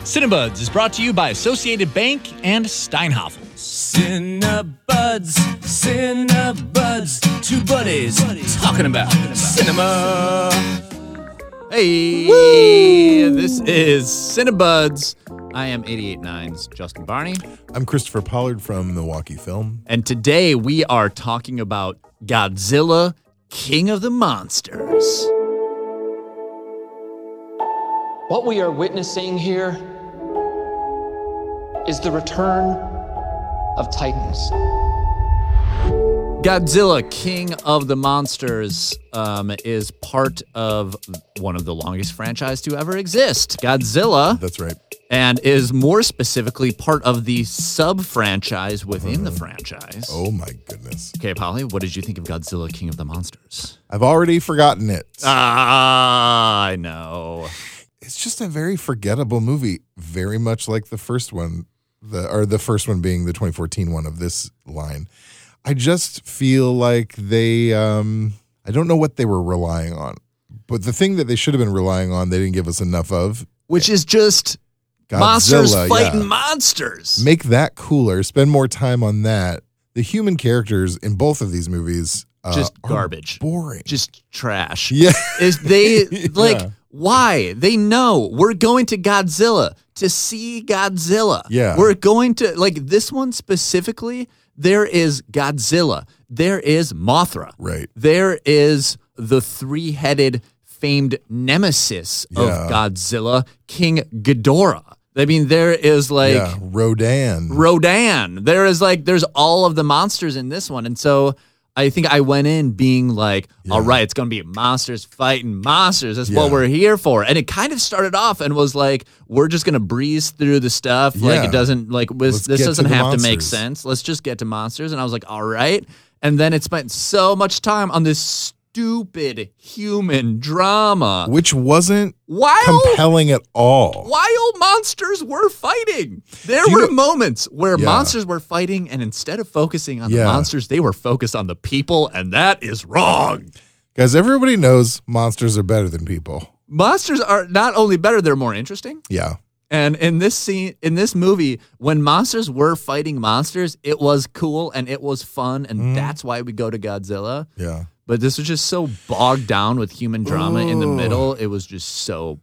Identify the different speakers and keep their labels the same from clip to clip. Speaker 1: Cinebuds is brought to you by Associated Bank and Steinhoffel.
Speaker 2: Cinebuds, Cinebuds, two buddies, talking about cinema.
Speaker 3: Hey, this is Cinebuds. I am 889's Justin Barney,
Speaker 4: I'm Christopher Pollard from Milwaukee Film.
Speaker 3: and today we are talking about Godzilla, King of the Monsters.
Speaker 5: What we are witnessing here is the return of Titans.
Speaker 3: Godzilla, King of the Monsters, um, is part of one of the longest franchise to ever exist, Godzilla.
Speaker 4: That's right.
Speaker 3: and is more specifically part of the sub franchise within the franchise.
Speaker 4: Oh my goodness.
Speaker 3: Okay, Polly, what did you think of Godzilla King of the Monsters?
Speaker 4: I've already forgotten it.
Speaker 3: Ah, I know.
Speaker 4: it's just a very forgettable movie, very much like the first one, the or the first one being the 2014 one of this line. I just feel like they um I don't know what they were relying on. But the thing that they should have been relying on, they didn't give us enough of.
Speaker 3: Which is just
Speaker 4: Godzilla,
Speaker 3: monsters
Speaker 4: yeah.
Speaker 3: fighting monsters.
Speaker 4: Make that cooler. Spend more time on that. The human characters in both of these movies uh,
Speaker 3: Just
Speaker 4: are
Speaker 3: garbage.
Speaker 4: boring.
Speaker 3: Just trash.
Speaker 4: yeah.
Speaker 3: Is they like
Speaker 4: Yeah.
Speaker 3: why? They know we're going to Godzilla to see Godzilla.
Speaker 4: Yeah.
Speaker 3: We're going to like this one specifically, there is Godzilla. There is Mothra.
Speaker 4: Right.
Speaker 3: There is the three headed famed nemesis of
Speaker 4: Yeah.
Speaker 3: Godzilla, King Ghidorah. I mean, there is like
Speaker 4: yeah. Rodan.
Speaker 3: Rodan. There is like, there's all of the monsters in this one. And so I think I went in being like, all right, it's going to be monsters fighting monsters. That's what
Speaker 4: Yeah.
Speaker 3: we're here for. And it kind of started off and was like, we're just going to breeze through the stuff. Like,
Speaker 4: Yeah.
Speaker 3: it doesn't, like, this,
Speaker 4: Let's
Speaker 3: this
Speaker 4: get to
Speaker 3: doesn't
Speaker 4: the
Speaker 3: have to make
Speaker 4: monsters.
Speaker 3: sense. Let's just get to monsters. And I was like, all right. And then it spent so much time on this stupid human drama.
Speaker 4: which wasn't
Speaker 3: While
Speaker 4: compelling at all.
Speaker 3: while monsters were fighting. There
Speaker 4: You
Speaker 3: were
Speaker 4: know-
Speaker 3: moments where
Speaker 4: Yeah.
Speaker 3: monsters were fighting, and instead of focusing on the
Speaker 4: Yeah.
Speaker 3: monsters, they were focused on the people, and that is wrong.
Speaker 4: Guys, everybody knows monsters are better than people.
Speaker 3: Monsters are not only better, they're more interesting.
Speaker 4: Yeah.
Speaker 3: And in this scene, in this movie, when monsters were fighting monsters, it was cool and it was fun, and
Speaker 4: Mm.
Speaker 3: that's why we go to Godzilla.
Speaker 4: Yeah.
Speaker 3: But this was just so bogged down with human drama in the
Speaker 4: Ooh.
Speaker 3: middle. It was just so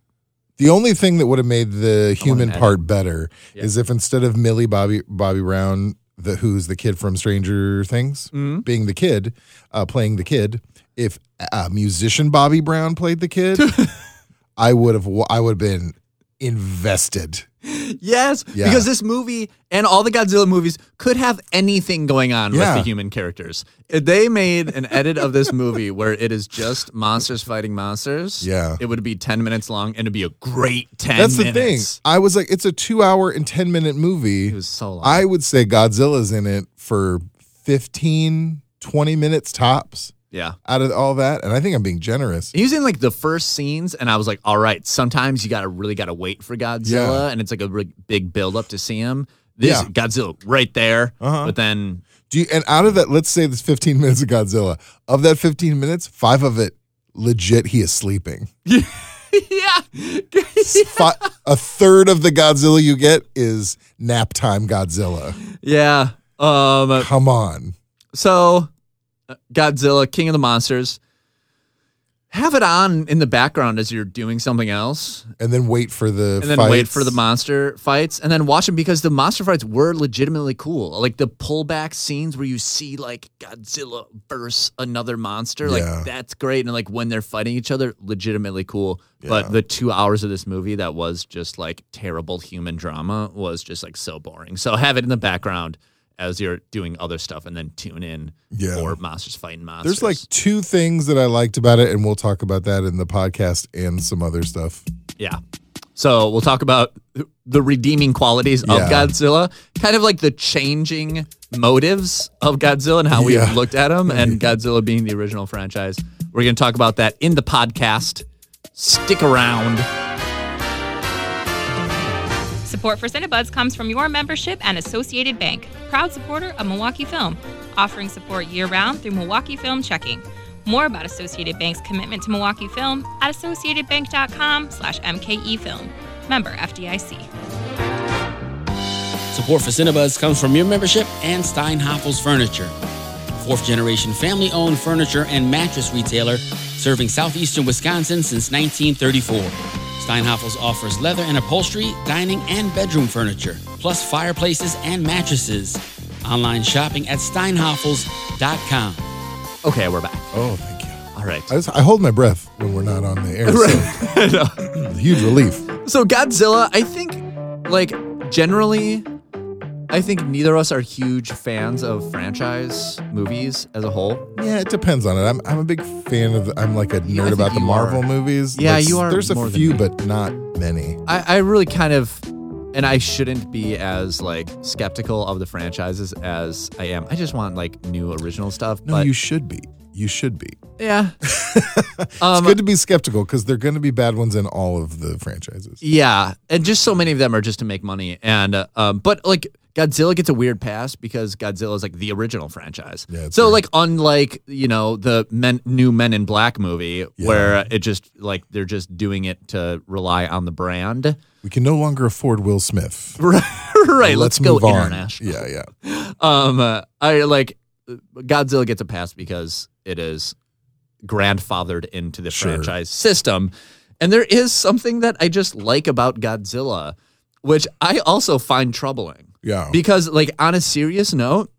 Speaker 4: The only thing that would have made the human
Speaker 3: add
Speaker 4: part better
Speaker 3: Yeah.
Speaker 4: is if instead of Millie Bobby Bobby Brown, the who's the kid from Stranger Things,
Speaker 3: Mm-hmm.
Speaker 4: being the kid, uh, playing the kid, if uh, musician Bobby Brown played the kid, I would have wa- I would have been invested.
Speaker 3: Yes,
Speaker 4: Yeah.
Speaker 3: because this movie and all the Godzilla movies could have anything going on
Speaker 4: Yeah.
Speaker 3: with the human characters. If They made an edit of this movie where it is just monsters fighting monsters.
Speaker 4: Yeah.
Speaker 3: It would be 10 minutes long and it'd be a great 10
Speaker 4: That's the
Speaker 3: minutes.
Speaker 4: thing. I was like, it's a two hour and ten minute movie.
Speaker 3: It was so long.
Speaker 4: I would say Godzilla's in it for 15, 20 minutes tops
Speaker 3: yeah.
Speaker 4: out of all that. And I think I'm being generous.
Speaker 3: He was in like the first scenes, and I was like, all right, sometimes you gotta really gotta wait for Godzilla, and it's like a re- big build up to see him. This
Speaker 4: Yeah.
Speaker 3: Godzilla right there,
Speaker 4: Uh-huh.
Speaker 3: but then
Speaker 4: Do you, and out of that, let's say this 15 minutes of Godzilla. Of that 15 minutes, five of it legit he is sleeping.
Speaker 3: yeah,
Speaker 4: Fi- a third of the Godzilla you get is nap time Godzilla.
Speaker 3: yeah. Um,
Speaker 4: Come on.
Speaker 3: So, uh, Godzilla, King of the Monsters, have it on in the background as you're doing something else,
Speaker 4: And then wait for the
Speaker 3: and then wait for the monster fights, and then watch them because the monster fights were legitimately cool. Like the pullback scenes where you see like Godzilla versus another monster, like
Speaker 4: Yeah.
Speaker 3: that's great, and like when they're fighting each other, legitimately cool. But the two hours of this movie that was just like terrible human drama was just like so boring. So have it in the background. As you're doing other stuff, and then tune in
Speaker 4: Yeah.
Speaker 3: for monsters fighting monsters.
Speaker 4: There's like two things that I liked about it, and we'll talk about that in the podcast and some other stuff.
Speaker 3: yeah. So we'll talk about the redeeming qualities of
Speaker 4: Yeah.
Speaker 3: Godzilla, kind of like the changing motives of Godzilla and how we
Speaker 4: Yeah.
Speaker 3: looked at him, and Godzilla being the original franchise. We're going to talk about that in the podcast. Stick around.
Speaker 6: Support for Cinebuds comes from your membership and Associated Bank, proud supporter of Milwaukee Film, offering support year round through Milwaukee Film Checking. More about Associated Bank's commitment to Milwaukee E Film at associatedbank.com/mkefilm. Member FDIC.
Speaker 2: Support for Cinebuzz comes from your membership and Steinhoffel's Furniture, fourth generation family owned furniture and mattress retailer serving southeastern Wisconsin since 1934. Steinhoffel's offers leather and upholstery, dining and bedroom furniture, plus fireplaces and mattresses. Online shopping at steinhoffels.com.
Speaker 3: Okay, we're back.
Speaker 4: Oh, thank you.
Speaker 3: All right.
Speaker 4: I, just, I hold my breath when we're not on the air. So huge relief.
Speaker 3: So Godzilla, I think, like generally, I think neither of us are huge fans of franchise movies as a whole.
Speaker 4: Yeah, it depends on it. I'm, I'm a big fan of. The, I'm like a
Speaker 3: I
Speaker 4: nerd
Speaker 3: think
Speaker 4: about the
Speaker 3: you
Speaker 4: Marvel
Speaker 3: are.
Speaker 4: movies.
Speaker 3: Yeah,
Speaker 4: Like,
Speaker 3: you are
Speaker 4: There's
Speaker 3: more
Speaker 4: a
Speaker 3: than
Speaker 4: few,
Speaker 3: me.
Speaker 4: but not many.
Speaker 3: I, I really kind of, and I shouldn't be as like skeptical of the franchises as I am. I just want like new original stuff.
Speaker 4: No,
Speaker 3: but
Speaker 4: you should be. You should be.
Speaker 3: yeah, Um,
Speaker 4: It's good to be skeptical because they're going to be bad ones in all of the franchises.
Speaker 3: yeah, and just so many of them are just to make money. And uh, um, but like Godzilla gets a weird pass because Godzilla is like the original franchise.
Speaker 4: Yeah, it's
Speaker 3: so
Speaker 4: weird.
Speaker 3: like unlike you know the men, new Men in Black movie where it just like they're just doing it to rely on the brand.
Speaker 4: We can no longer afford Will Smith.
Speaker 3: right, let's, go
Speaker 4: move on.
Speaker 3: international.
Speaker 4: Yeah, yeah.
Speaker 3: um uh, i like godzilla gets a pass because it is grandfathered into the
Speaker 4: Sure.
Speaker 3: franchise system and there is something that i just like about godzilla which i also find troubling
Speaker 4: Yeah.
Speaker 3: because like on a serious note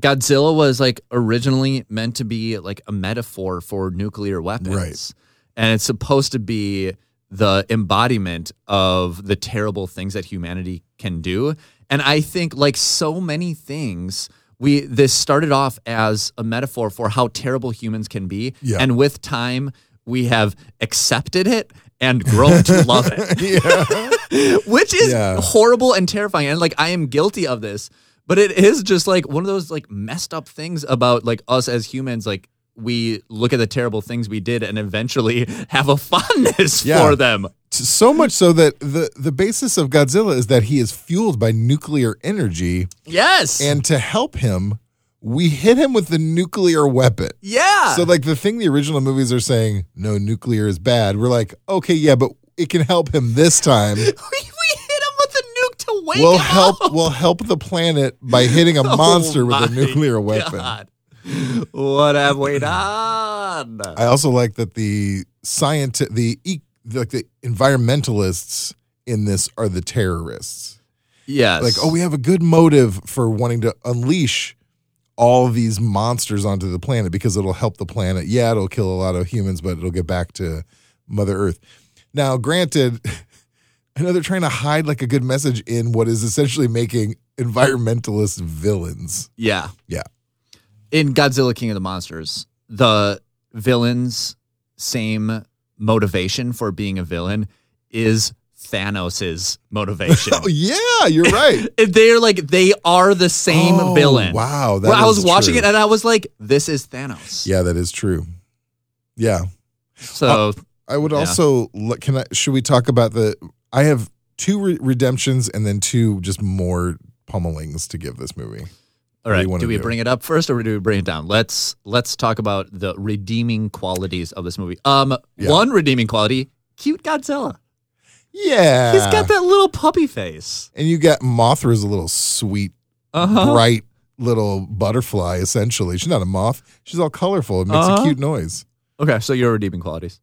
Speaker 3: godzilla was like originally meant to be like a metaphor for nuclear weapons
Speaker 4: Right.
Speaker 3: and it's supposed to be the embodiment of the terrible things that humanity can do and i think like so many things we this started off as a metaphor for how terrible humans can be
Speaker 4: Yeah.
Speaker 3: and with time we have accepted it and grown to love it which is
Speaker 4: Yeah.
Speaker 3: horrible and terrifying and like i am guilty of this but it is just like one of those like messed up things about like us as humans like we look at the terrible things we did and eventually have a fondness
Speaker 4: Yeah.
Speaker 3: for them
Speaker 4: T- So much so that the, the basis of Godzilla is that he is fueled by nuclear energy.
Speaker 3: yes
Speaker 4: And to help him, we hit him with the nuclear weapon.
Speaker 3: yeah
Speaker 4: So, like, the thing the original movies are saying, no, nuclear is bad. We're like, okay, yeah, but it can help him this time.
Speaker 3: we, we hit him with a nuke to wake
Speaker 4: We'll
Speaker 3: him
Speaker 4: help.
Speaker 3: up. Oh
Speaker 4: We'll help the planet by hitting a monster with a
Speaker 3: my
Speaker 4: nuclear weapon.
Speaker 3: God. what have we done
Speaker 4: I also like that the scientist, the e- like the environmentalists in this are the terrorists.
Speaker 3: yes
Speaker 4: Like, oh, we have a good motive for wanting to unleash all these monsters onto the planet because it'll help the planet. Yeah, it'll kill a lot of humans, but it'll get back to Mother Earth. Now, granted, I know they're trying to hide like a good message in what is essentially making environmentalist villains.
Speaker 3: Yeah.
Speaker 4: Yeah.
Speaker 3: In Godzilla King of the Monsters, the villain's same motivation for being a villain is Thanos's motivation.
Speaker 4: Oh yeah, you're right.
Speaker 3: They're like they are the same
Speaker 4: Oh,
Speaker 3: villain.
Speaker 4: Wow, that
Speaker 3: Well, I
Speaker 4: is
Speaker 3: was watching
Speaker 4: true.
Speaker 3: it and I was like, this is Thanos.
Speaker 4: Yeah, that is true. Yeah,
Speaker 3: So
Speaker 4: I would
Speaker 3: Yeah.
Speaker 4: also look. Can I? Should we talk about the? I have two re- redemptions and then two just more pummelings to give this movie.
Speaker 3: all
Speaker 4: do you
Speaker 3: right, do,
Speaker 4: wanna
Speaker 3: we
Speaker 4: do?
Speaker 3: bring it up first or do we bring it down? Let's let's talk about the redeeming qualities of this movie. Um
Speaker 4: Yeah.
Speaker 3: one redeeming quality, cute Godzilla.
Speaker 4: Yeah,
Speaker 3: He's got that little puppy face.
Speaker 4: and you got Mothra's a little sweet,
Speaker 3: Uh-huh.
Speaker 4: bright little butterfly. Essentially, she's not a moth. She's all colorful. It makes
Speaker 3: Uh-huh.
Speaker 4: a cute noise.
Speaker 3: Okay, so your redeeming qualities.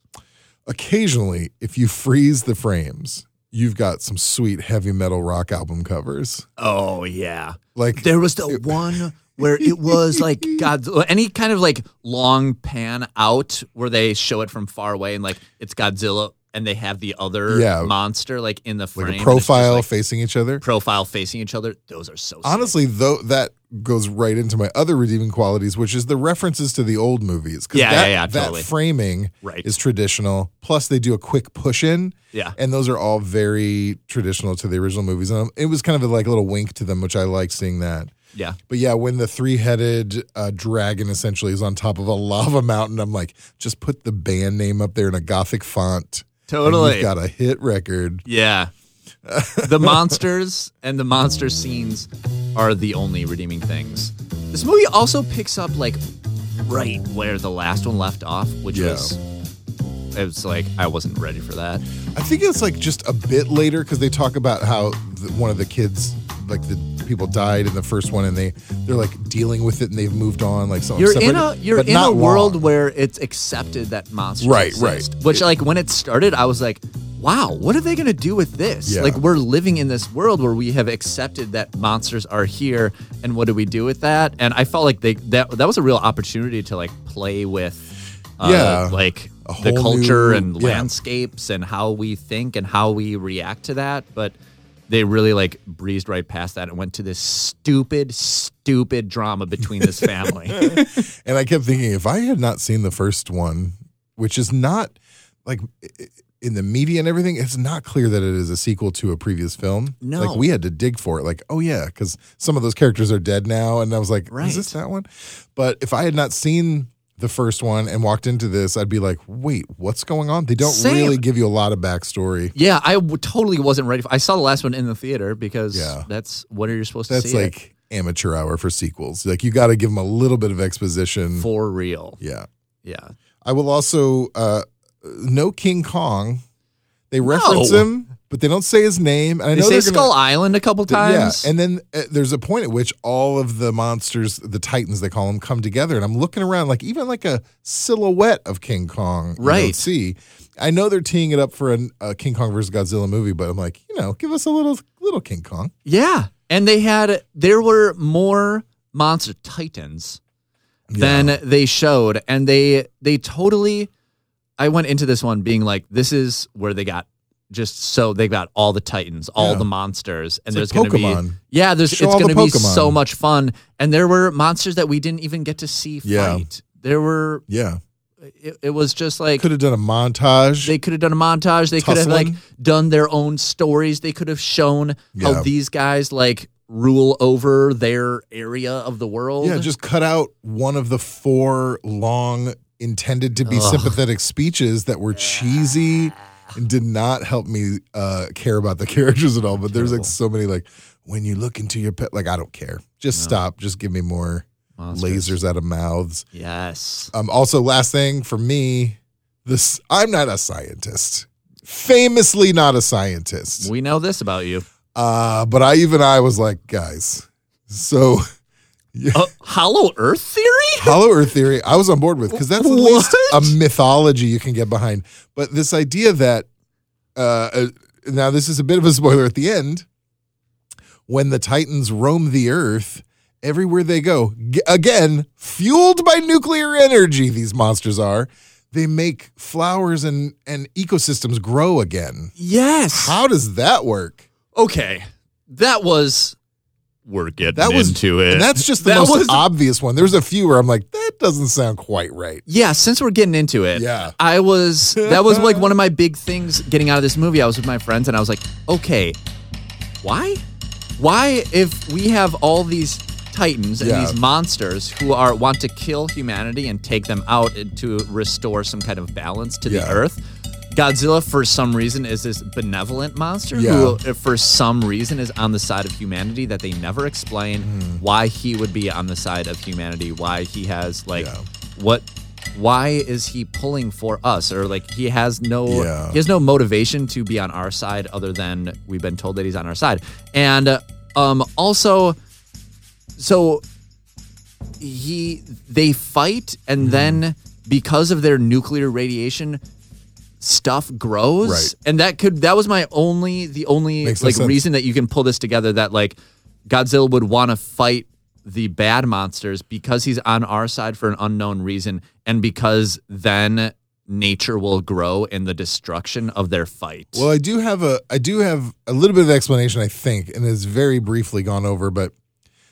Speaker 4: Occasionally, if you freeze the frames, you've got some sweet heavy metal rock album covers.
Speaker 3: Oh yeah.
Speaker 4: Like
Speaker 3: There was the one where it was like Godzilla any kind of like long pan out where they show it from far away and like it's Godzilla and they have the other
Speaker 4: Yeah.
Speaker 3: monster like in the frame.
Speaker 4: like
Speaker 3: and
Speaker 4: a
Speaker 3: it's just,
Speaker 4: profile
Speaker 3: like,
Speaker 4: facing each other.
Speaker 3: profile facing each other. Those are so sick.
Speaker 4: honestly though that goes right into my other redeeming qualities which is the references to the old movies 'Cause
Speaker 3: Yeah,
Speaker 4: that,
Speaker 3: yeah, yeah,
Speaker 4: that
Speaker 3: totally.
Speaker 4: framing
Speaker 3: Right.
Speaker 4: is traditional plus they do a quick push in
Speaker 3: Yeah.
Speaker 4: and those are all very traditional to the original movies and um, it was kind of like a little wink to them which i like seeing that
Speaker 3: Yeah.
Speaker 4: but yeah when the three-headed uh, dragon essentially is on top of a lava mountain i'm like just put the band name up there in a gothic font
Speaker 3: Totally.
Speaker 4: you got a hit record
Speaker 3: Yeah. the monsters and the monster scenes are the only redeeming things. This movie also picks up like right where the last one left off, which
Speaker 4: Yeah.
Speaker 3: was it was like I wasn't ready for that.
Speaker 4: I think it's like just a bit later because they talk about how the, one of the kids, like the people died in the first one, and they they're like dealing with it and they've moved on. Like so,
Speaker 3: You're
Speaker 4: separate,
Speaker 3: in a you're
Speaker 4: but
Speaker 3: in
Speaker 4: not
Speaker 3: a world
Speaker 4: long.
Speaker 3: where it's accepted that monsters
Speaker 4: Right,
Speaker 3: exist,
Speaker 4: right.
Speaker 3: Which like when it started, I was like, wow, what are they gonna do with this?
Speaker 4: Yeah.
Speaker 3: Like we're living in this world where we have accepted that monsters are here, and what do we do with that? And I felt like they that that was a real opportunity to like play with, uh,
Speaker 4: Yeah.
Speaker 3: like
Speaker 4: A
Speaker 3: the
Speaker 4: whole
Speaker 3: culture
Speaker 4: new-
Speaker 3: and
Speaker 4: yeah.
Speaker 3: landscapes and how we think and how we react to that, but. They really like breezed right past that and went to this stupid, stupid drama between this family.
Speaker 4: And I kept thinking, if I had not seen the first one, which is not like i- i- in the media and everything, it's not clear that it is a sequel to a previous film.
Speaker 3: No.
Speaker 4: Like we had to dig for it. Like, oh yeah, because some of those characters are dead now. And I was like,
Speaker 3: Right.
Speaker 4: is this that one? But if I had not seen the first one and walked into this, I'd be like, wait, what's going on? They don't
Speaker 3: Same.
Speaker 4: really give you a lot of backstory.
Speaker 3: Yeah, I w- totally wasn't ready. For- I saw the last one in the theater because
Speaker 4: Yeah.
Speaker 3: that's what are you supposed to
Speaker 4: That's
Speaker 3: see it
Speaker 4: like amateur hour for sequels. Like you got to give them a little bit of exposition.
Speaker 3: for real.
Speaker 4: yeah.
Speaker 3: Yeah,
Speaker 4: I will also uh, no King Kong. They reference
Speaker 3: No.
Speaker 4: him, but they don't say his name. And I
Speaker 3: they
Speaker 4: know
Speaker 3: say
Speaker 4: they're
Speaker 3: Skull
Speaker 4: gonna,
Speaker 3: Island a couple times.
Speaker 4: Yeah, and then uh, there's a point at which all of the monsters, the Titans, they call them, come together. And I'm looking around, like even like a silhouette of King Kong. you
Speaker 3: Right.
Speaker 4: don't see, I know they're teeing it up for an, a King Kong versus Godzilla movie, but I'm like, you know, give us a little little King Kong.
Speaker 3: yeah, and they had there were more monster titans than they showed, and they they totally. I went into this one being like, this is where they got just so they got all the titans, all
Speaker 4: Yeah.
Speaker 3: the monsters, and
Speaker 4: It's
Speaker 3: there's
Speaker 4: like
Speaker 3: gonna be
Speaker 4: Pokemon.
Speaker 3: yeah, there's
Speaker 4: Show
Speaker 3: it's
Speaker 4: all the
Speaker 3: gonna be
Speaker 4: Pokemon.
Speaker 3: so much fun, and there were monsters that we didn't even get to see fight.
Speaker 4: Yeah.
Speaker 3: There were
Speaker 4: Yeah,
Speaker 3: it, it was just like
Speaker 4: could have done a montage.
Speaker 3: they could have done a montage. They could have like
Speaker 4: Tussling.
Speaker 3: done their own stories. They could have shown
Speaker 4: Yeah.
Speaker 3: how these guys like rule over their area of the world.
Speaker 4: Yeah, just cut out one of the four long intended to be sympathetic speeches that were cheesy and did not help me uh, care about the characters at all. But there's like so many like when you look into your pet, like I don't care. Just stop. Just give me more lasers out of mouths.
Speaker 3: yes.
Speaker 4: Um, also, last thing for me, this I'm not a scientist. Famously not a scientist.
Speaker 3: We know this about you.
Speaker 4: Uh, but I even I was like, guys, so
Speaker 3: Uh, hollow Earth theory?
Speaker 4: Hollow Earth theory, I was on board with because that's at least
Speaker 3: What?
Speaker 4: a mythology you can get behind. But this idea that uh, uh, now this is a bit of a spoiler at the end. When the Titans roam the Earth, everywhere they go, g- again fueled by nuclear energy, these monsters are. They make flowers and and ecosystems grow again.
Speaker 3: Yes.
Speaker 4: How does that work?
Speaker 3: Okay. That was. We're getting
Speaker 4: That was
Speaker 3: into it.
Speaker 4: and that's just the
Speaker 3: That
Speaker 4: most
Speaker 3: was-
Speaker 4: obvious one. There's a few where I'm like, that doesn't sound quite right.
Speaker 3: Yeah, since we're getting into it,
Speaker 4: Yeah.
Speaker 3: I was that was like one of my big things getting out of this movie. I was with my friends and I was like, okay, why? Why if we have all these titans and
Speaker 4: Yeah.
Speaker 3: these monsters who are want to kill humanity and take them out and to restore some kind of balance to
Speaker 4: Yeah.
Speaker 3: the earth? Godzilla, for some reason, is this benevolent monster
Speaker 4: Yeah.
Speaker 3: who, for some reason, is on the side of humanity that they never explain
Speaker 4: Hmm.
Speaker 3: why he would be on the side of humanity, why he has like
Speaker 4: Yeah.
Speaker 3: what why is he pulling for us or like he has no
Speaker 4: Yeah.
Speaker 3: he has no motivation to be on our side other than we've been told that he's on our side and uh, um also so he they fight and
Speaker 4: Mm-hmm.
Speaker 3: then because of their nuclear radiation stuff grows
Speaker 4: Right.
Speaker 3: and that could that was my only the only
Speaker 4: Makes no
Speaker 3: like
Speaker 4: sense.
Speaker 3: reason that you can pull this together that like Godzilla would want to fight the bad monsters because he's on our side for an unknown reason and because then nature will grow in the destruction of their fight.
Speaker 4: Well, I do have a I do have a little bit of explanation, I think, and it's very briefly gone over, but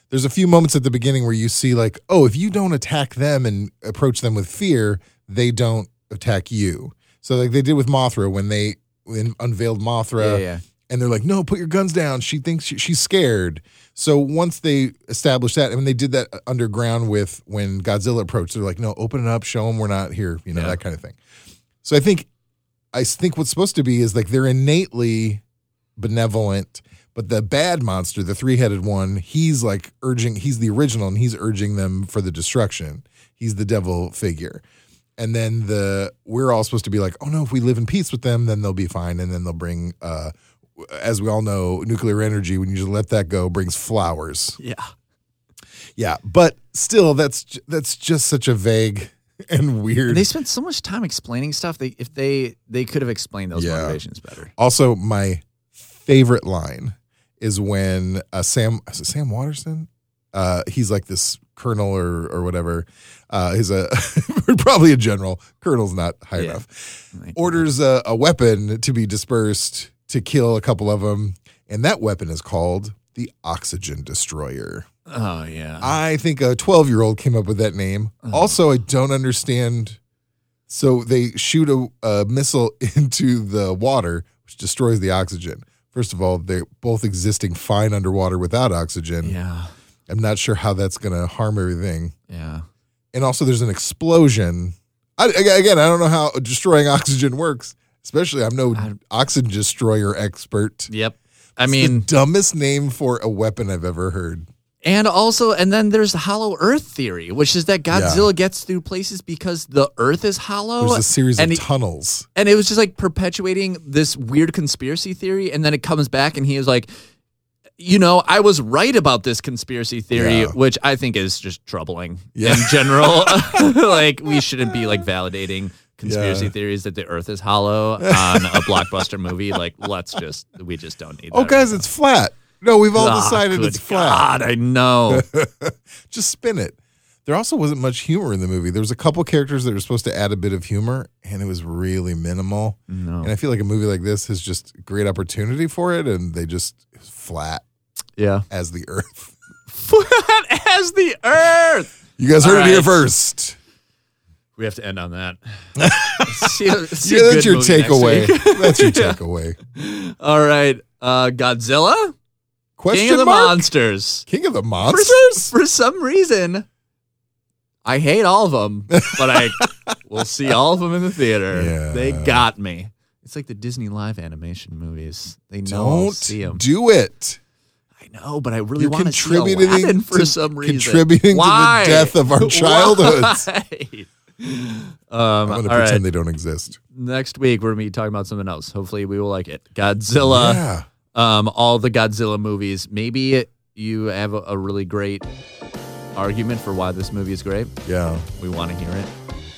Speaker 4: there's a few moments at the beginning where you see like, oh, if you don't attack them and approach them with fear, they don't attack you. So like they did with Mothra when they when unveiled Mothra,
Speaker 3: Yeah, yeah.
Speaker 4: and they're like, no, put your guns down. She thinks she, she's scared. So once they established that, I mean, they did that underground with when Godzilla approached. They're like, no, open it up, show them we're not here, you know,
Speaker 3: Yeah.
Speaker 4: that kind of thing. So I think I think what's supposed to be is like they're innately benevolent, but the bad monster, the three headed one, he's like urging, he's the original and he's urging them for the destruction. He's the devil figure. And then the we're all supposed to be like, oh no, if we live in peace with them, then they'll be fine. And then they'll bring, uh, as we all know, nuclear energy. When you just let that go, brings flowers.
Speaker 3: Yeah.
Speaker 4: Yeah, but still, that's j- that's just such a vague and weird.
Speaker 3: And they spent so much time explaining stuff. They if they they could have explained those
Speaker 4: Yeah.
Speaker 3: motivations better.
Speaker 4: Also, my favorite line is when uh, Sam is it Sam Waterston, uh, he's like this colonel or or whatever. Uh, he's a probably a general. Colonel's not high
Speaker 3: Yeah.
Speaker 4: enough.
Speaker 3: Right.
Speaker 4: Orders a, a weapon to be dispersed to kill a couple of them, and that weapon is called the Oxygen Destroyer.
Speaker 3: Oh yeah.
Speaker 4: I think a 12 year old came up with that name.
Speaker 3: Uh-huh.
Speaker 4: Also, I don't understand. So they shoot a, a missile into the water, which destroys the oxygen. First of all, they're both existing fine underwater without oxygen.
Speaker 3: yeah.
Speaker 4: I'm not sure how that's going to harm everything.
Speaker 3: Yeah.
Speaker 4: And also, there's an explosion. I, aga- again, I don't know how destroying oxygen works, especially I'm no
Speaker 3: I-
Speaker 4: oxygen destroyer expert.
Speaker 3: Yep. I
Speaker 4: It's
Speaker 3: mean,
Speaker 4: the dumbest name for a weapon I've ever heard.
Speaker 3: and also, and then there's the hollow Earth theory, which is that Godzilla gets through places because the Earth is hollow.
Speaker 4: There's a series of
Speaker 3: and he-
Speaker 4: tunnels.
Speaker 3: and it was just like perpetuating this weird conspiracy theory and then it comes back and he is like you know i was right about this conspiracy theory
Speaker 4: Yeah.
Speaker 3: which i think is just troubling
Speaker 4: Yeah.
Speaker 3: in general like we shouldn't be like validating conspiracy
Speaker 4: Yeah.
Speaker 3: theories that the earth is hollow on a blockbuster movie like let's just we just don't need
Speaker 4: Oh,
Speaker 3: that
Speaker 4: guys,
Speaker 3: right
Speaker 4: it's flat. No, we've all
Speaker 3: now. Ah,
Speaker 4: decided
Speaker 3: good
Speaker 4: it's flat.
Speaker 3: God, i know
Speaker 4: Just spin it. There also wasn't much humor in the movie. There was a couple characters that were supposed to add a bit of humor, and it was really minimal.
Speaker 3: no
Speaker 4: And I feel like a movie like this has just great opportunity for it, and they just it was flat
Speaker 3: yeah
Speaker 4: as the earth.
Speaker 3: flat as the earth
Speaker 4: You guys heard
Speaker 3: All
Speaker 4: it here
Speaker 3: right.
Speaker 4: first.
Speaker 3: we have to end on that see, see
Speaker 4: Yeah,
Speaker 3: a
Speaker 4: that's
Speaker 3: good
Speaker 4: your
Speaker 3: movie next
Speaker 4: takeaway.
Speaker 3: week.
Speaker 4: That's your takeaway.
Speaker 3: All right, uh, Godzilla,
Speaker 4: Question
Speaker 3: King of the
Speaker 4: mark?
Speaker 3: Monsters.
Speaker 4: King of the
Speaker 3: For
Speaker 4: monsters.
Speaker 3: some- For, some reason, I hate all of them, but I will see all of them in the theater.
Speaker 4: Yeah.
Speaker 3: They got me. It's like the Disney live animation movies. They know I'll see them.
Speaker 4: Don't do it.
Speaker 3: I know, but I really
Speaker 4: You're
Speaker 3: want to see
Speaker 4: contributing
Speaker 3: Aladdin for
Speaker 4: to-
Speaker 3: some reason.
Speaker 4: contributing to the
Speaker 3: Why?
Speaker 4: death of our
Speaker 3: Why?
Speaker 4: childhoods.
Speaker 3: Um,
Speaker 4: I'm
Speaker 3: all
Speaker 4: going to
Speaker 3: right.
Speaker 4: pretend they don't exist.
Speaker 3: Next week we're gonna be talking about something else. Hopefully we will like it. Godzilla.
Speaker 4: yeah.
Speaker 3: um, all the Godzilla movies. Maybe you have a, a really great argument for why this movie is great.
Speaker 4: Yeah.
Speaker 3: We want to hear it.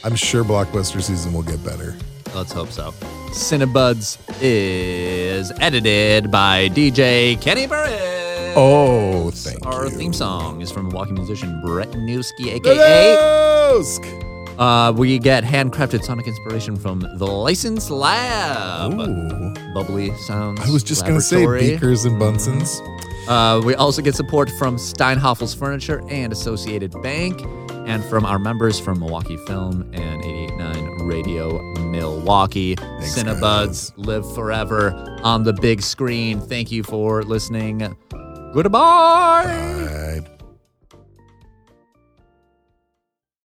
Speaker 4: I'm sure blockbuster season will get better.
Speaker 3: Let's hope so. Cinebuds is edited by DJ Kenny Burris.
Speaker 4: Oh, thank
Speaker 3: Our
Speaker 4: you.
Speaker 3: theme song is from walking musician Brett Newski, aka.
Speaker 4: Kiosk.
Speaker 3: Uh, we get handcrafted sonic inspiration from the License Lab.
Speaker 4: Ooh.
Speaker 3: Bubbly sounds.
Speaker 4: I was just going to say
Speaker 3: laboratory.
Speaker 4: Beakers and Bunsen's.
Speaker 3: Uh, we also get support from Steinhoffel's Furniture and Associated Bank, and from our members from Milwaukee Film and 889 Radio Milwaukee.
Speaker 4: Thanks,
Speaker 3: Cinebuds live forever on the big screen. Thank you for listening. Goodbye.
Speaker 4: Right.